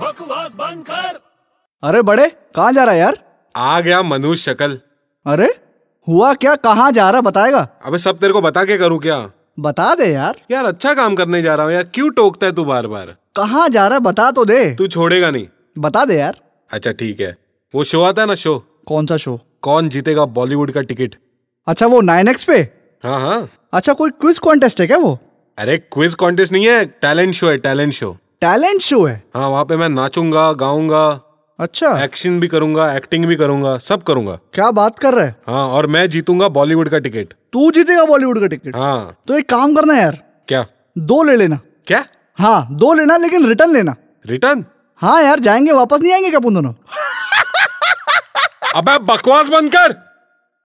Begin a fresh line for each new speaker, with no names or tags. बकवास बंद कर
अरे बड़े कहाँ जा रहा है यार
आ गया मनोज शकल
अरे हुआ क्या कहाँ जा रहा बताएगा
अबे सब तेरे को बता के करूं क्या
बता दे यार
यार अच्छा काम करने जा रहा हूँ यार क्यों टोकता है तू बार बार
कहाँ जा रहा है बता तो दे
तू छोड़ेगा नहीं
बता दे यार
अच्छा ठीक है वो शो आता है ना शो
कौन सा शो
कौन जीतेगा बॉलीवुड का टिकट
अच्छा वो नाइन एक्स पे
हाँ हाँ
अच्छा कोई क्विज कॉन्टेस्ट है क्या वो
अरे क्विज कॉन्टेस्ट नहीं है टैलेंट शो है टैलेंट शो
टैलेंट शो है
हाँ वहाँ पे मैं नाचूंगा गाऊंगा
अच्छा
एक्शन भी करूंगा एक्टिंग भी करूंगा सब करूंगा
क्या बात कर रहा है
हाँ और मैं जीतूंगा बॉलीवुड का टिकट
तू जीतेगा बॉलीवुड का टिकट
हाँ
तो एक काम करना यार
क्या
दो ले लेना
क्या
हाँ दो लेना लेकिन रिटर्न लेना
रिटर्न
हाँ यार जाएंगे वापस नहीं आएंगे क्या अपन दोनों
अबे बकवास बंद कर